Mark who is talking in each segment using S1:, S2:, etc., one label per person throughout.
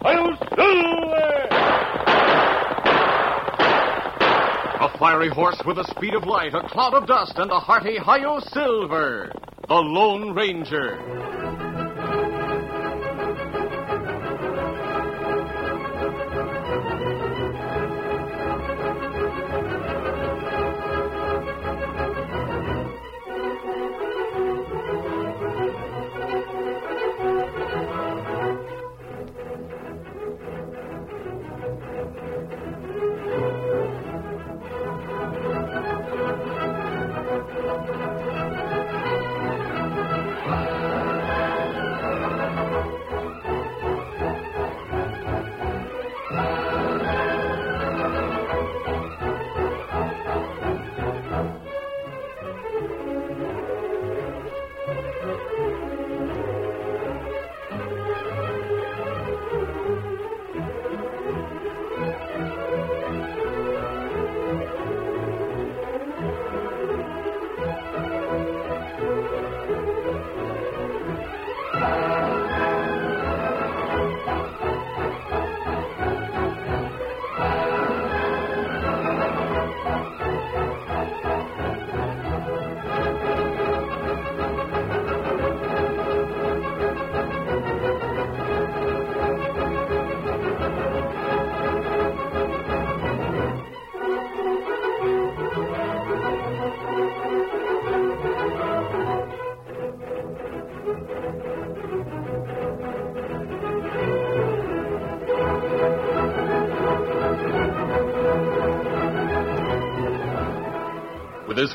S1: I'll
S2: A fiery horse with the speed of light, a cloud of dust, and a hearty Hio Silver, the Lone Ranger. With his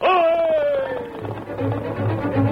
S1: Hi!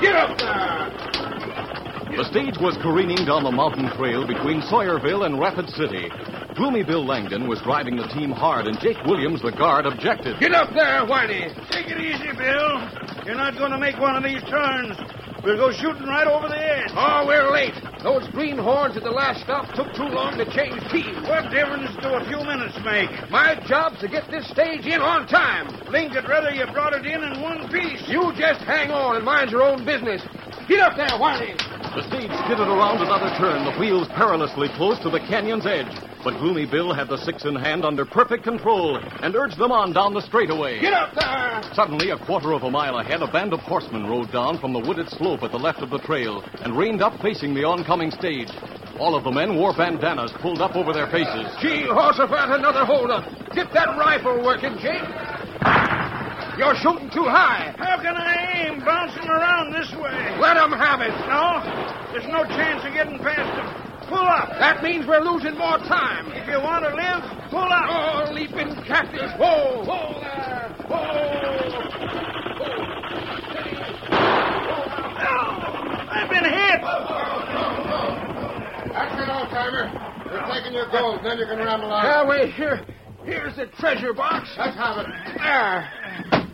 S1: Get up there!
S2: The stage was careening down the mountain trail between Sawyerville and Rapid City. Gloomy Bill Langdon was driving the team hard, and Jake Williams, the guard, objected.
S1: Get up there, Whitey! Take it easy, Bill. You're not going to make one of these turns. We'll go shooting right over the edge.
S3: Oh, we're late. Those greenhorns at the last stop took too long to change teams.
S1: What difference do a few minutes make?
S3: My job's to get this stage in on time.
S1: Linked would rather you brought it in in one piece.
S3: You just hang on and mind your own business. Get up there, Whitey.
S2: The stage skidded around another turn, the wheels perilously close to the canyon's edge. But Gloomy Bill had the six in hand under perfect control and urged them on down the straightaway.
S3: Get up there.
S2: Suddenly, a quarter of a mile ahead, a band of horsemen rode down from the wooded slope at the left of the trail and reined up facing the oncoming stage. All of the men wore bandanas pulled up over their faces.
S3: Gee, Horsifat, another holdup. Get that rifle working, Jake. You're shooting too high.
S1: How can I aim bouncing around this way?
S3: Let 'em have it.
S1: No, there's no chance of getting past him. Pull up.
S3: That means we're losing more time.
S1: If you want to live, pull up.
S3: Oh, leaping cactus. Whoa, whoa there. Whoa.
S1: I've been hit.
S4: That's it, old timer. You're taking your gold, then you can ramble on.
S3: Now, wait, here. Here's the treasure box.
S1: Oh,
S4: Let's have it.
S3: There.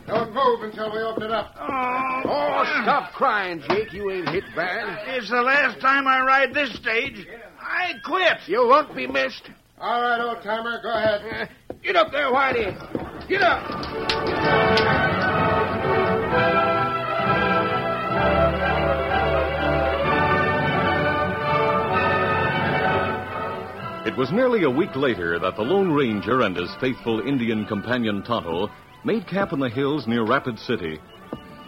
S4: Don't move until we open it up.
S1: Oh,
S3: Oh, stop crying, Jake. You ain't hit bad.
S1: it's the last time I ride this stage. I quit.
S3: You won't be missed. Eh,
S4: All right, old timer, go ahead.
S3: Get up there, Whitey. Get up.
S2: It was nearly a week later that the Lone Ranger and his faithful Indian companion Tonto made camp in the hills near Rapid City.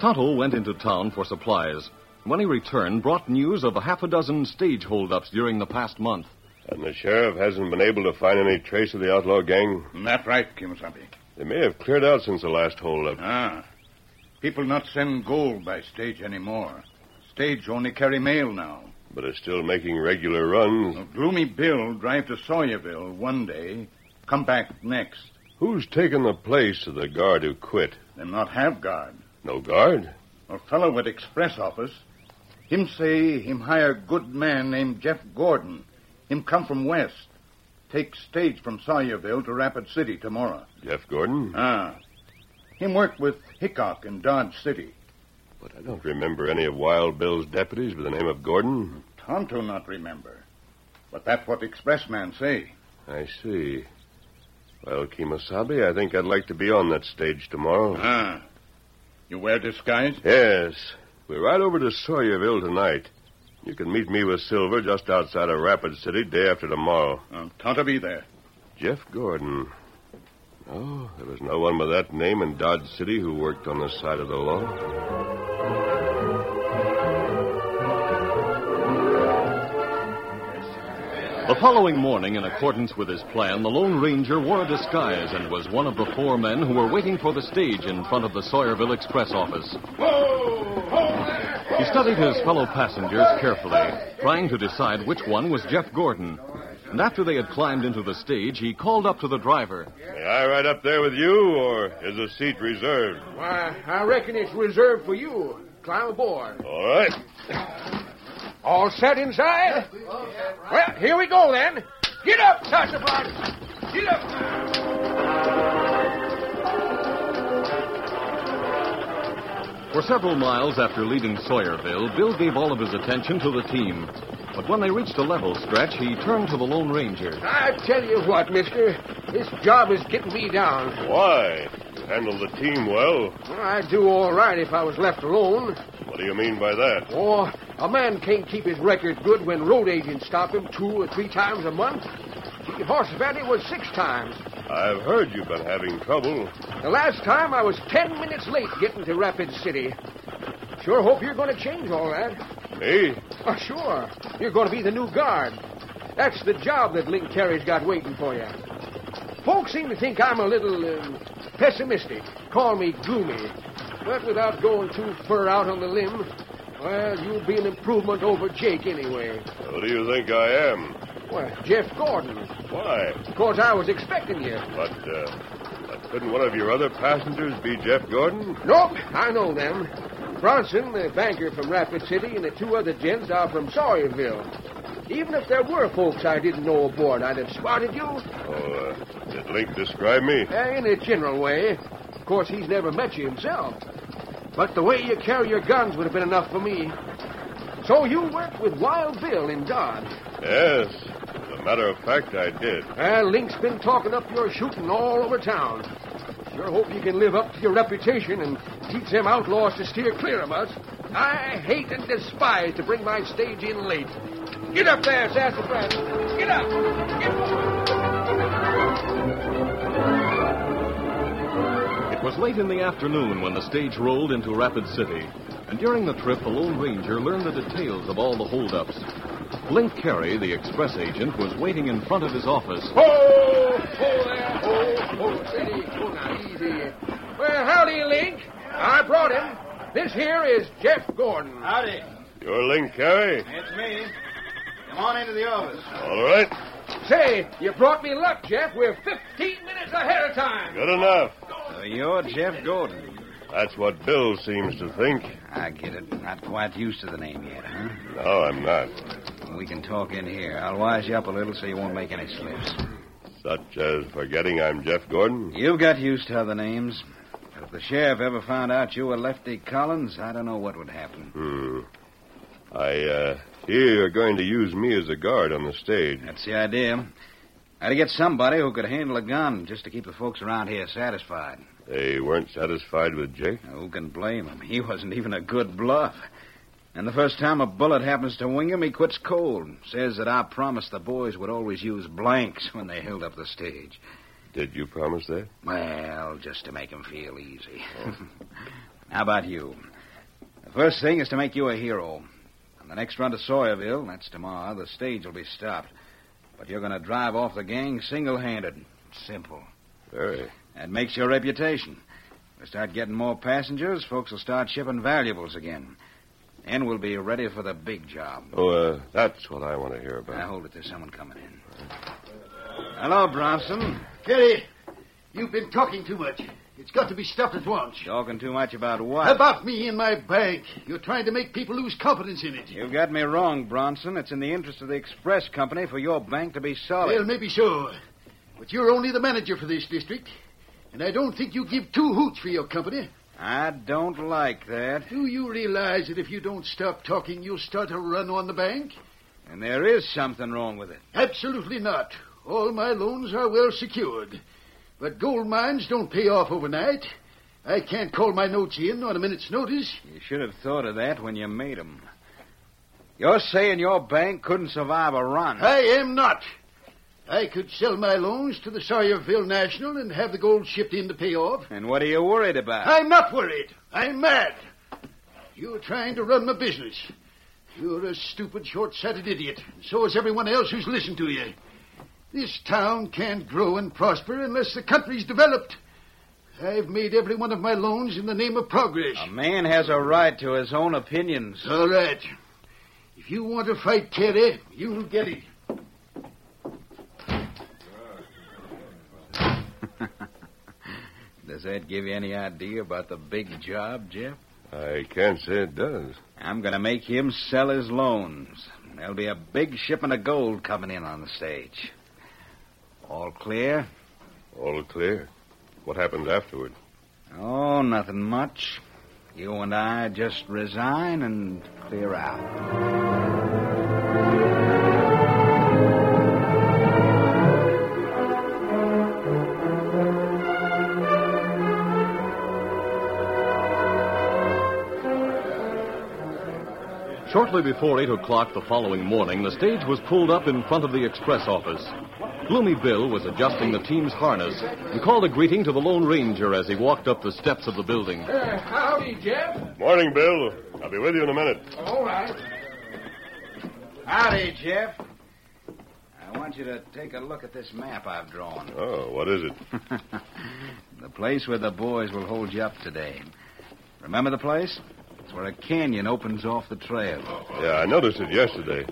S2: Tonto went into town for supplies, When he returned, brought news of a half a dozen stage holdups during the past month.
S5: And the sheriff hasn't been able to find any trace of the outlaw gang.
S6: Not right, Kimasabi.
S5: They may have cleared out since the last holdup.
S6: Ah. People not send gold by stage anymore. Stage only carry mail now.
S5: but are still making regular runs.
S6: Well, Gloomy Bill drive to Sawyerville one day, come back next.
S5: Who's taken the place of the guard who quit?
S6: Them not have guard.
S5: No guard?
S6: Or fellow with express office. Him say him hire good man named Jeff Gordon. Him come from west. Take stage from Sawyerville to Rapid City tomorrow.
S5: Jeff Gordon?
S6: Ah. Him work with Hickok in Dodge City.
S5: But I don't remember any of Wild Bill's deputies by the name of Gordon.
S6: Tonto not remember. But that's what express man say.
S5: I see. Well, Kimasabi, I think I'd like to be on that stage tomorrow.
S6: Ah. You wear disguise?
S5: Yes. We're right over to Sawyerville tonight. You can meet me with Silver just outside of Rapid City day after tomorrow.
S6: Uh, Tonto be there.
S5: Jeff Gordon. No, there was no one by that name in Dodge City who worked on the side of the law.
S2: The following morning, in accordance with his plan, the Lone Ranger wore a disguise and was one of the four men who were waiting for the stage in front of the Sawyerville Express office. He studied his fellow passengers carefully, trying to decide which one was Jeff Gordon. And after they had climbed into the stage, he called up to the driver.
S5: May I ride up there with you, or is a seat reserved?
S3: Why, I reckon it's reserved for you. Climb aboard.
S5: All right.
S3: All set inside? Well, here we go then. Get up, Sassafras. Get up.
S2: For several miles after leaving Sawyerville, Bill gave all of his attention to the team. But when they reached a level stretch, he turned to the Lone Ranger.
S3: I tell you what, mister. This job is getting me down.
S5: Why? You handle the team well.
S3: Well, I'd do all right if I was left alone.
S5: What do you mean by that?
S3: Oh, a man can't keep his record good when road agents stop him two or three times a month. Gee, Horse Valley was six times.
S5: I've heard you've been having trouble.
S3: The last time I was ten minutes late getting to Rapid City. Sure hope you're going to change all that.
S5: Me?
S3: Oh, sure. You're going to be the new guard. That's the job that Link Terry's got waiting for you. Folks seem to think I'm a little um, pessimistic. Call me gloomy. But without going too far out on the limb, well, you'll be an improvement over Jake anyway.
S5: Who do you think I am?
S3: Well, Jeff Gordon.
S5: Why?
S3: Of course, I was expecting you.
S5: But, uh, but couldn't one of your other passengers be Jeff Gordon?
S3: Nope, I know them. Bronson, the banker from Rapid City, and the two other gents are from Sawyerville. Even if there were folks I didn't know aboard, I'd have spotted you
S5: Oh, uh, did Link describe me?
S3: uh, in a general way. Of course, he's never met you himself. But the way you carry your guns would have been enough for me. So you worked with Wild Bill in Dodge.
S5: Yes. As a matter of fact, I did.
S3: Well, Eh, Link's been talking up your shooting all over town. Sure hope you can live up to your reputation and teach them outlaws to steer clear of us. I hate and despise to bring my stage in late. Get up there, Sassafras. Get up. Get moving.
S2: It was late in the afternoon when the stage rolled into Rapid City, and during the trip, the Lone Ranger learned the details of all the holdups. Link Carey, the express agent, was waiting in front of his office.
S3: Ho, ho there, ho, ho, steady. Ho, now, easy. Well, howdy, Link. I brought him. This here is Jeff Gordon.
S1: Howdy.
S5: You're Link Carey?
S1: It's me. Come on into the office.
S5: All right.
S3: Say, you brought me luck, Jeff. We're 15 minutes ahead of time.
S5: Good enough.
S1: Uh,
S6: you're Jeff Gordon.
S5: That's what Bill seems to think.
S1: I get it. Not quite used to the name yet, huh?
S5: No, I'm not.
S1: We can talk in here. I'll wise you up a little so you won't make any slips.
S5: Such as forgetting I'm Jeff Gordon?
S1: You've got used to other names. But if the sheriff ever found out you were Lefty Collins, I don't know what would happen.
S5: Hmm. I, uh, hear you're going to use me as a guard on the stage.
S1: That's the idea. Had to get somebody who could handle a gun just to keep the folks around here satisfied.
S5: They weren't satisfied with Jake?
S1: Now, Who can blame him? He wasn't even a good bluff. And the first time a bullet happens to wing him, he quits cold. Says that I promised the boys would always use blanks when they held up the stage.
S5: Did you promise that?
S1: Well, just to make him feel easy. How about you? The first thing is to make you a hero. On the next run to Sawyerville, that's tomorrow, the stage will be stopped. But you're going to drive off the gang single handed. Simple.
S5: Very.
S1: That makes your reputation. We'll start getting more passengers, folks will start shipping valuables again. And we'll be ready for the big job.
S5: Oh, uh, that's what I want to hear
S1: Now,
S5: about.
S1: hold it. There's someone coming in. Hello, Bronson.
S3: Jerry, you've been talking too much. It's got to be stopped at once.
S1: Talking too much about what?
S3: About me and my bank. You're trying to make people lose confidence in it.
S1: You got me wrong, Bronson. It's in the interest of the express company for your bank to be solid.
S3: Well, maybe so. But you're only the manager for this district. And I don't think you give two hoots for your company.
S1: I don't like that.
S3: Do you realize that if you don't stop talking, you'll start a run on the bank?
S1: And there is something wrong with it.
S3: Absolutely not. All my loans are well secured. But gold mines don't pay off overnight. I can't call my notes in on a minute's notice.
S1: You should have thought of that when you made 'em. You're saying your bank couldn't survive a run.
S3: I am not. I could sell my loans to the Sawyerville National and have the gold shipped in to pay off.
S1: And what are you worried about?
S3: I'm not worried. I'm mad. You're trying to run my business. You're a stupid, short-sighted idiot. and So is everyone else who's listened to you. This town can't grow and prosper unless the country's developed. I've made every one of my loans in the name of progress.
S1: A man has a right to his own opinions.
S3: All right. If you want to fight Terry, you'll get it.
S1: Does that give you any idea about the big job, Jeff?
S5: I can't say it does.
S1: I'm going to make him sell his loans. There'll be a big shipment of gold coming in on the stage. All clear?
S5: All clear. What happens afterward?
S1: Oh, nothing much. You and I just resign and clear out.
S2: Shortly before 8 o'clock the following morning, the stage was pulled up in front of the express office. Gloomy Bill was adjusting the team's harness and called a greeting to the Lone Ranger as he walked up the steps of the building.
S7: Uh, howdy, Jeff.
S5: Morning, Bill. I'll be with you in a minute.
S7: All right.
S1: Howdy, Jeff. I want you to take a look at this map I've drawn.
S5: Oh, what is it?
S1: The place where the boys will hold you up today. Remember the place? It's where a canyon opens off the trail.
S5: Yeah, I noticed it yesterday.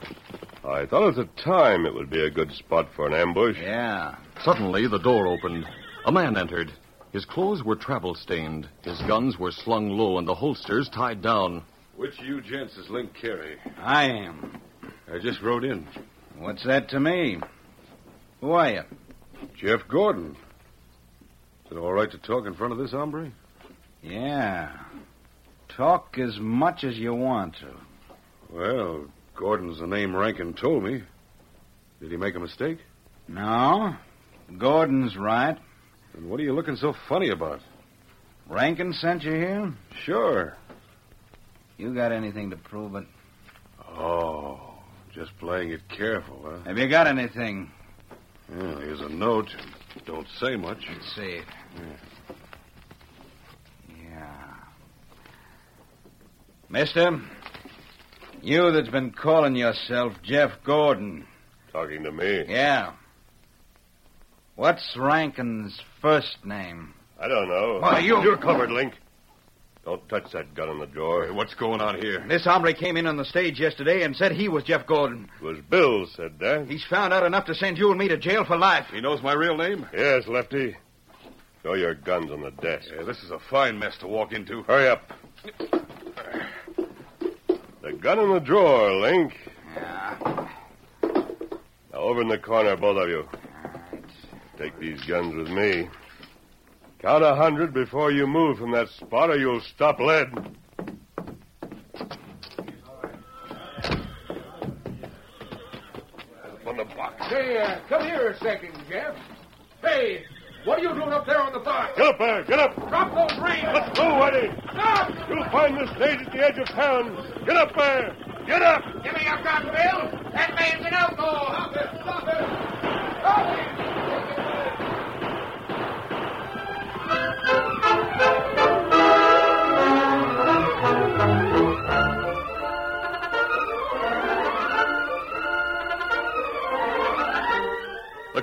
S5: I thought at the time it would be a good spot for an ambush.
S1: Yeah.
S2: Suddenly the door opened. A man entered. His clothes were travel stained. His guns were slung low and the holsters tied down.
S5: Which of you gents is Link Carey?
S1: I am.
S5: I just rode in.
S1: What's that to me? Who are you?
S5: Jeff Gordon. Is it all right to talk in front of this hombre?
S1: Yeah. Talk as much as you want to.
S5: Well, Gordon's the name Rankin told me. Did he make a mistake?
S1: No. Gordon's right.
S5: And what are you looking so funny about?
S1: Rankin sent you here?
S5: Sure.
S1: You got anything to prove it?
S5: Oh, just playing it careful, huh?
S1: Have you got anything?
S5: Yeah, here's a note. Don't say much.
S1: Let's see. Yeah. Mister, you that's been calling yourself Jeff Gordon.
S5: Talking to me?
S1: Yeah. What's Rankin's first name?
S5: I don't know.
S1: Why, you-
S5: You're covered, Link. Don't touch that gun in the drawer. what's going on here?
S1: This hombre came in on the stage yesterday and said he was Jeff Gordon.
S5: It was Bill said eh? that.
S1: He's found out enough to send you and me to jail for life.
S5: He knows my real name? Yes, Lefty. Throw your guns on the desk. Yeah, this is a fine mess to walk into. Hurry up. The gun in the drawer, Link. Now, over in the corner, both of you. Take these guns with me. Count a hundred before you move from that spot, or you'll stop lead. Open the box.
S7: Say, uh, come here a second, Jeff. Hey, what are you doing up there on the box?
S5: Get up there! Get up!
S7: Drop those reins.
S5: Let's go, Eddie!
S7: Stop!
S5: You'll find the stage at the edge of town. Get up there! Get up!
S7: Give me your gun, Bill. That man's an outlaw. Stop it! Stop it! Stop it!
S8: Thank
S2: The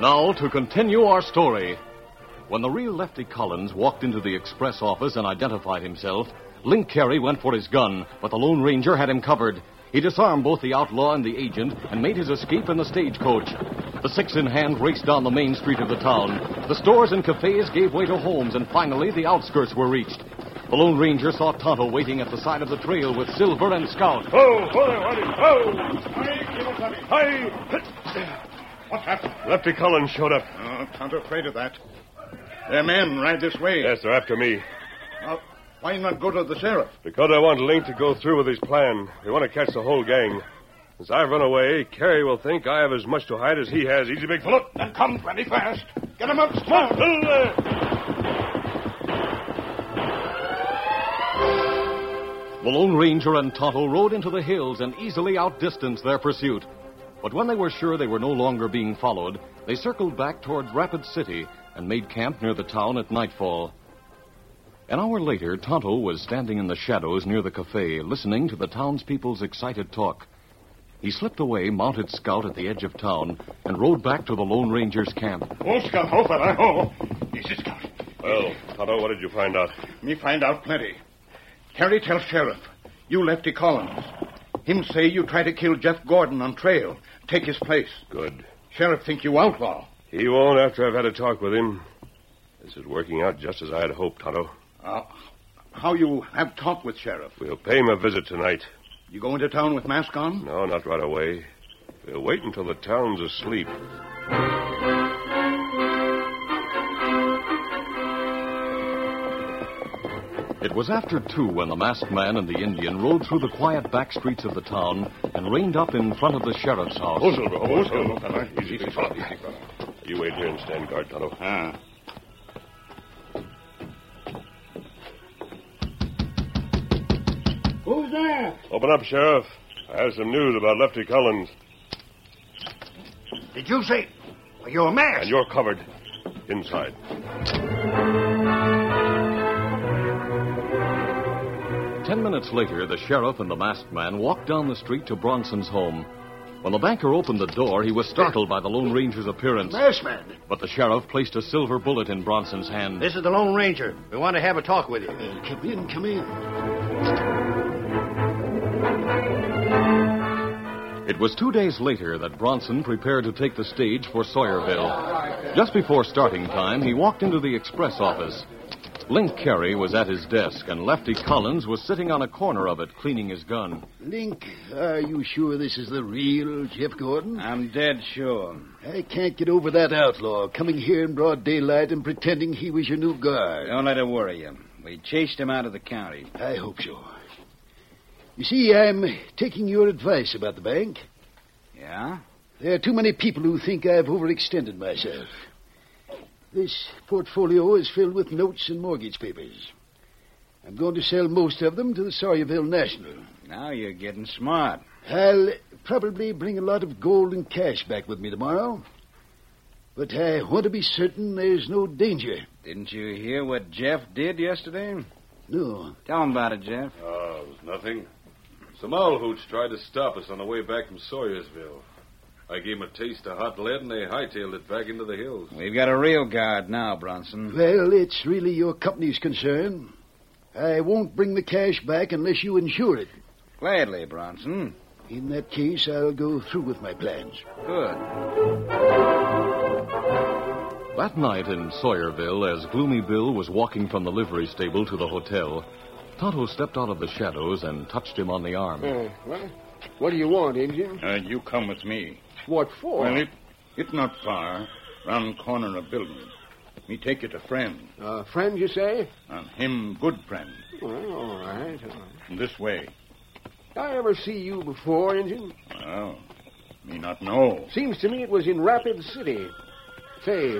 S2: Now, to continue our story. When the real Lefty Collins walked into the express office and identified himself, Link Carey went for his gun, but the Lone Ranger had him covered. He disarmed both the outlaw and the agent and made his escape in the stagecoach. The six in hand raced down the main street of the town. The stores and cafes gave way to homes, and finally the outskirts were reached. The Lone Ranger saw Tonto waiting at the side of the trail with Silver and Scout.
S5: Ho, ho there, Waddy, ho! What's happened? Lefty Collins showed up.
S9: Oh, Tonto afraid of that. They're men, right this way.
S5: Yes, they're after me.
S9: Now, why not go to the sheriff?
S5: Because I want Link to go through with his plan. They want to catch the whole gang. Since I run away, Carrie will think I have as much to hide as he has. Easy, big fella.
S10: Then come plenty fast. Get him up
S5: Come on, there.
S2: The Lone Ranger and Tonto rode into the hills and easily outdistanced their pursuit. But when they were sure they were no longer being followed, they circled back toward Rapid City and made camp near the town at nightfall. An hour later, Tonto was standing in the shadows near the cafe, listening to the townspeople's excited talk. He slipped away, mounted scout at the edge of town, and rode back to the Lone Ranger's camp.
S3: Oh, Scout, ho, fella, ho. This is Scout.
S5: Well, Tonto, what did you find out?
S9: Me find out plenty. Terry tell sheriff. You Lefty Collins. Him say you try to kill Jeff Gordon on trail. Take his place.
S5: Good.
S9: Sheriff think you outlaw.
S5: He won't after I've had a talk with him. This is working out just as I had hoped, Tonto.
S9: Uh, how you have talk with sheriff?
S5: We'll pay him a visit tonight.
S9: You go into town with mask on?
S5: No, not right away. We'll wait until the town's asleep.
S2: It was after two when the masked man and the Indian rode through the quiet back streets of the town and reined up in front of the sheriff's house.
S5: Silver, oh, Silver. Easy, big fella. You wait here and stand guard, Tonto.
S9: Ah.
S3: Who's there?
S5: Open up, Sheriff. I have some news about Lefty Collins,
S3: Did you say? Well, you're a
S5: and
S3: mask.
S5: you're covered inside.
S2: Ten minutes later, the sheriff and the masked man walked down the street to Bronson's home. When the banker opened the door, he was startled by the Lone Ranger's appearance.
S3: Masked man.
S2: But the sheriff placed a silver bullet in Bronson's hand.
S10: This is the Lone Ranger. We want to have a talk with you.
S3: Uh, come in, come in.
S2: It was two days later that Bronson prepared to take the stage for Sawyerville. Just before starting time, he walked into the express office. Link Carey was at his desk, and Lefty Collins was sitting on a corner of it cleaning his gun.
S3: Link, are you sure this is the real Jeff Gordon?
S1: I'm dead sure.
S3: I can't get over that outlaw coming here in broad daylight and pretending he was your new guard.
S1: Uh, Don't let it worry you. We chased him out of the county.
S3: I hope so. You see, I'm taking your advice about the bank.
S1: Yeah?
S3: There are too many people who think I've overextended myself. This portfolio is filled with notes and mortgage papers. I'm going to sell most of them to the Sawyerville National.
S1: Now you're getting smart.
S3: I'll probably bring a lot of gold and cash back with me tomorrow. But I want to be certain there's no danger.
S1: Didn't you hear what Jeff did yesterday?
S3: No.
S1: Tell him about it, Jeff.
S8: Oh, it was nothing. Some owl hoots tried to stop us on the way back from Sawyersville. I gave 'em a taste of hot lead, and they hightailed it back into the hills.
S1: We've got a real guard now, Bronson.
S3: Well, it's really your company's concern. I won't bring the cash back unless you insure it.
S1: Gladly, Bronson.
S3: In that case, I'll go through with my plans.
S1: Good.
S2: That night in Sawyerville, as Gloomy Bill was walking from the livery stable to the hotel, Tonto stepped out of the shadows and touched him on the arm.
S3: Mm.
S7: Uh, what? What do you want, Injun?
S9: Uh, you come with me.
S7: What for?
S9: Well, it, it not far. Round corner of building. Me take you to friend.
S7: Uh, friend, you say?
S9: And him good friend.
S7: Well, all right. all right.
S9: This way.
S7: Did I ever see you before, Injun?
S9: Well, me not know.
S7: Seems to me it was in Rapid City. Say,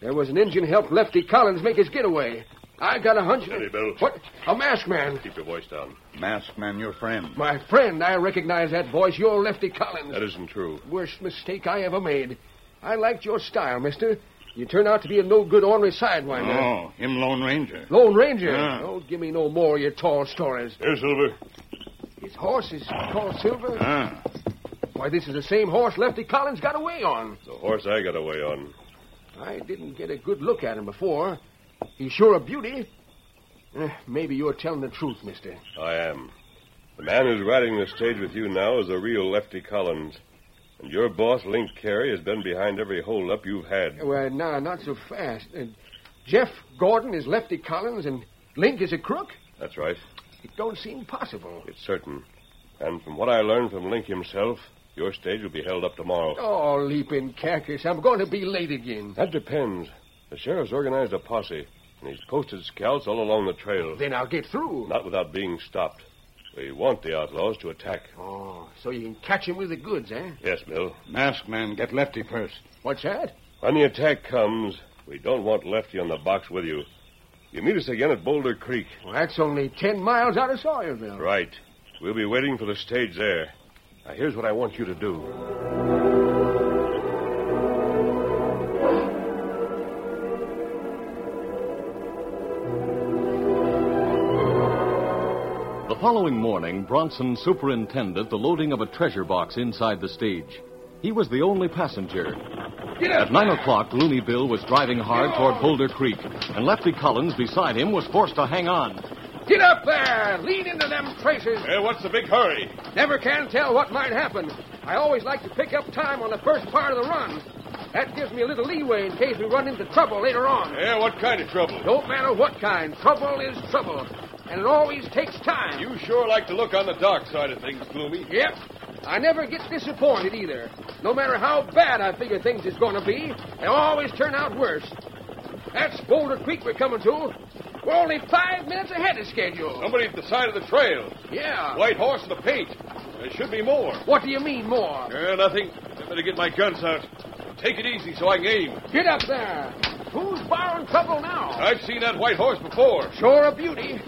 S7: there was an Injun helped Lefty Collins make his getaway. I got a hunch.
S5: Steady, Bill.
S7: What? A masked man.
S5: Keep your voice down.
S9: Masked man, your friend.
S7: My friend, I recognize that voice. You're Lefty Collins.
S5: That isn't true.
S7: Worst mistake I ever made. I liked your style, mister. You turn out to be a no good ornery sidewinder.
S9: Oh, him Lone Ranger.
S7: Lone Ranger.
S9: Yeah.
S7: Don't give me no more of your tall stories.
S5: Here, Silver.
S7: His horse is called Silver.
S9: Ah,
S7: Why, this is the same horse Lefty Collins got away on.
S5: The horse I got away on.
S7: I didn't get a good look at him before. He's sure a beauty. Eh, maybe you're telling the truth, mister.
S5: I am. The man who's riding the stage with you now is a real Lefty Collins. And your boss, Link Carey, has been behind every holdup you've had.
S7: Well, nah, not so fast. Uh, Jeff Gordon is Lefty Collins and Link is a crook?
S5: That's right.
S7: It don't seem possible.
S5: It's certain. And from what I learned from Link himself, your stage will be held up tomorrow.
S7: Oh, leaping cactus, I'm going to be late again.
S5: That depends. The sheriff's organized a posse, and he's posted scouts all along the trail.
S7: Then I'll get through.
S5: Not without being stopped. We want the outlaws to attack.
S7: Oh, so you can catch him with the goods, eh?
S5: Yes, Bill.
S9: masked man, get Lefty first.
S7: What's that?
S5: When the attack comes, we don't want Lefty on the box with you. You meet us again at Boulder Creek.
S7: Well, that's only ten miles out of Sawyerville.
S5: Right. We'll be waiting for the stage there. Now, here's what I want you to do.
S2: The following morning, Bronson superintended the loading of a treasure box inside the stage. He was the only passenger. At nine o'clock, Gloomy Bill was driving hard toward Boulder Creek, and Lefty Collins beside him was forced to hang on.
S7: Get up there! Lean into them traces!
S5: Hey, what's the big hurry?
S7: Never can tell what might happen. I always like to pick up time on the first part of the run. That gives me a little leeway in case we run into trouble later on.
S5: Yeah, what kind of trouble?
S7: Don't matter what kind, trouble is trouble. And it always takes time.
S5: You sure like to look on the dark side of things, Gloomy.
S7: Yep. I never get disappointed either. No matter how bad I figure things is going to be, they always turn out worse. That's Boulder Creek we're coming to. We're only five minutes ahead of schedule.
S5: Somebody at the side of the trail.
S7: Yeah.
S5: White horse in the paint. There should be more.
S7: What do you mean more?
S5: Yeah, Uh, nothing. I better get my guns out. Take it easy so I can aim.
S7: Get up there. Who's borrowing trouble now?
S5: I've seen that white horse before.
S7: Sure a beauty.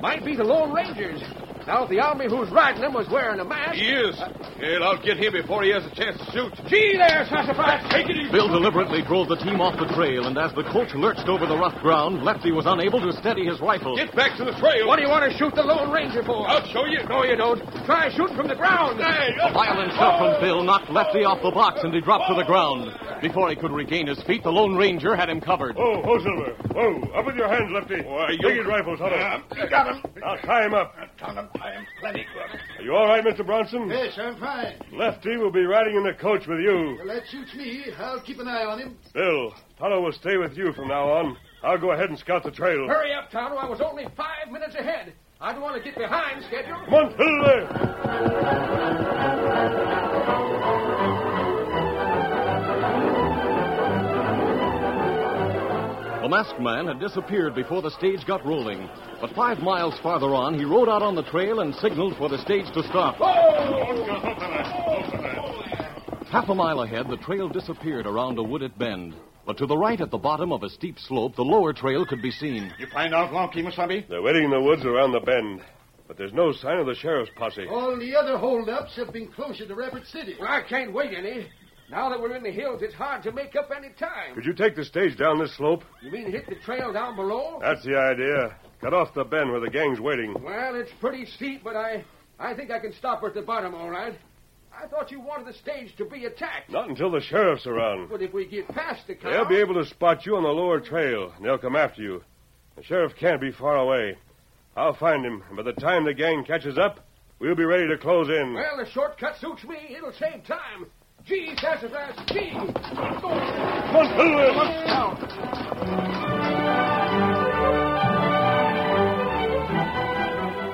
S7: Might be the Lone Rangers. Now, if the army who's riding them was wearing a mask.
S5: He is. And I'll get him before he has a chance to shoot.
S7: Gee there, Sassafras.
S5: Take it easy.
S2: Bill deliberately drove the team off the trail, and as the coach lurched over the rough ground, Lefty was unable to steady his rifle.
S5: Get back to the trail.
S7: What do you want to shoot the Lone Ranger for?
S5: I'll show you. oh.
S7: No, you don't. Try shooting from the ground.
S2: A violent shot from Bill knocked Lefty off the box, and he dropped to the ground. Before he could regain his feet, the Lone Ranger had him covered.
S5: Whoa, whoa, Silver. Whoa, up with your hands, Lefty. Why, you... Ah, Take his rifle, Tonto.
S3: You got him.
S5: Now tie him up.
S3: Tonto, I am plenty good.
S5: Are you all right, Mr. Bronson?
S3: Yes, I'm fine.
S5: Lefty will be riding in the coach with you.
S3: Well, that suits me. I'll keep an eye on him.
S5: Bill, Tonto will stay with you from now on. I'll go ahead and scout the trail.
S7: Hurry up, Tonto. I was only five minutes ahead. I don't want to get behind schedule.
S5: Come on, Hilda.
S2: The masked man had disappeared before the stage got rolling. But five miles farther on, he rode out on the trail and signaled for the stage to stop. Half a mile ahead, the trail disappeared around a wooded bend. But to the right at the bottom of a steep slope, the lower trail could be seen.
S9: You find out, Long Kemosabe?
S5: They're waiting in the woods around the bend, but there's no sign of the sheriff's posse.
S3: All the other holdups have been closer to Rapid City.
S7: Well, I can't wait any. Now that we're in the hills, it's hard to make up any time.
S5: Could you take the stage down this slope?
S7: You mean hit the trail down below?
S5: That's the idea. Cut off the bend where the gang's waiting.
S7: Well, it's pretty steep, but I, I think I can stop her at the bottom, all right. I thought you wanted the stage to be attacked.
S5: Not until the sheriff's around.
S7: But if we get past the cow,
S5: They'll be able to spot you on the lower trail, and they'll come after you. The sheriff can't be far away. I'll find him, and by the time the gang catches up, We'll be ready to close in.
S7: Well, the shortcut suits me. It'll save time. Gee, sassafras, gee. Go. Down.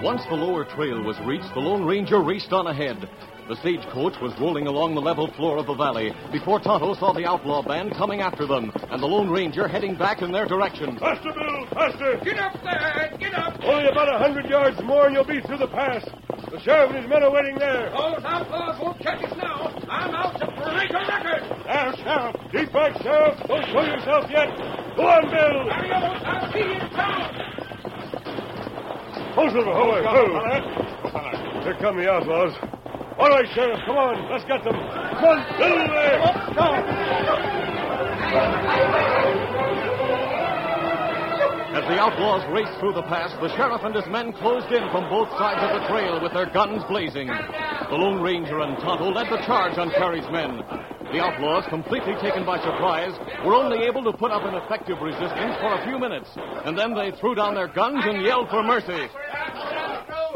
S2: Once the lower trail was reached, the Lone Ranger raced on ahead. The stagecoach was rolling along the level floor of the valley before Tonto saw the outlaw band coming after them and the Lone Ranger heading back in their direction.
S5: Faster, Bill! Faster!
S7: Get up there. Get up.
S5: Only about a hundred yards more and you'll be through the pass. The sheriff and his men are waiting there.
S7: Those outlaws won't catch us now. I'm out to break a record.
S5: Now, Sheriff! Deep back, Sheriff! Don't show yourself yet! Go on, Bill!
S7: Adios. I'll see you in town.
S5: Hold it, hold it, Here come the outlaws. All right, Sheriff, come on. Let's get them. Come on, Bill, there!
S2: As the outlaws raced through the pass, the sheriff and his men closed in from both sides of the trail with their guns blazing. The Lone Ranger and Tonto led the charge on Carey's men. The outlaws, completely taken by surprise, were only able to put up an effective resistance for a few minutes, and then they threw down their guns and yelled for mercy.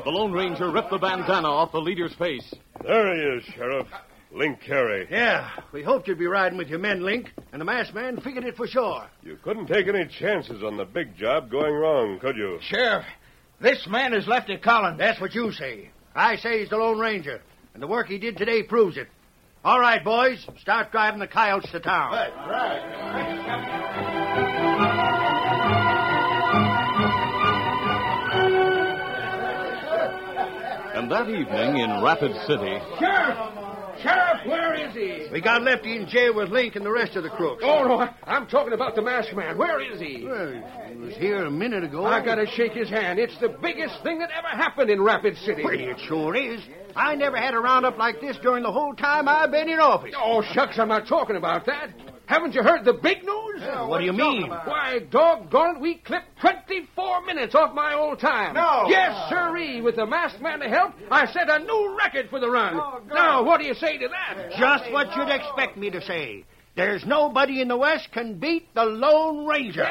S2: The Lone Ranger ripped the bandana off the leader's face.
S5: There he is, Sheriff. Link Carey.
S3: Yeah, we hoped you'd be riding with your men, Link, and the masked man figured it for sure.
S5: You couldn't take any chances on the big job going wrong, could you?
S3: Sheriff, this man is Lefty Collins. That's what you say. I say he's the Lone Ranger, and the work he did today proves it. All right, boys, start driving the coyotes to town.
S2: And that evening in Rapid City,
S7: Sheriff. Sheriff, where is he?
S3: We got Lefty in jail with Link and the rest of the crooks.
S7: Oh, no. I- I'm talking about the masked man. Where is he?
S3: Well, he was here a minute ago.
S7: I gotta shake his hand. It's the biggest thing that ever happened in Rapid City.
S3: Well, it sure is. I never had a roundup like this during the whole time I've been in office.
S7: Oh, shucks, I'm not talking about that. Haven't you heard the big news?
S3: what do you mean?
S7: Why, doggone it, we clipped 24 minutes off my old time.
S3: No.
S7: Yes, sirree. With the masked man to help, I set a new record for the run.
S3: Oh,
S7: now, what do you say to that?
S3: Just what you'd expect me to say. There's nobody in the West can beat the Lone Ranger.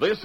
S2: This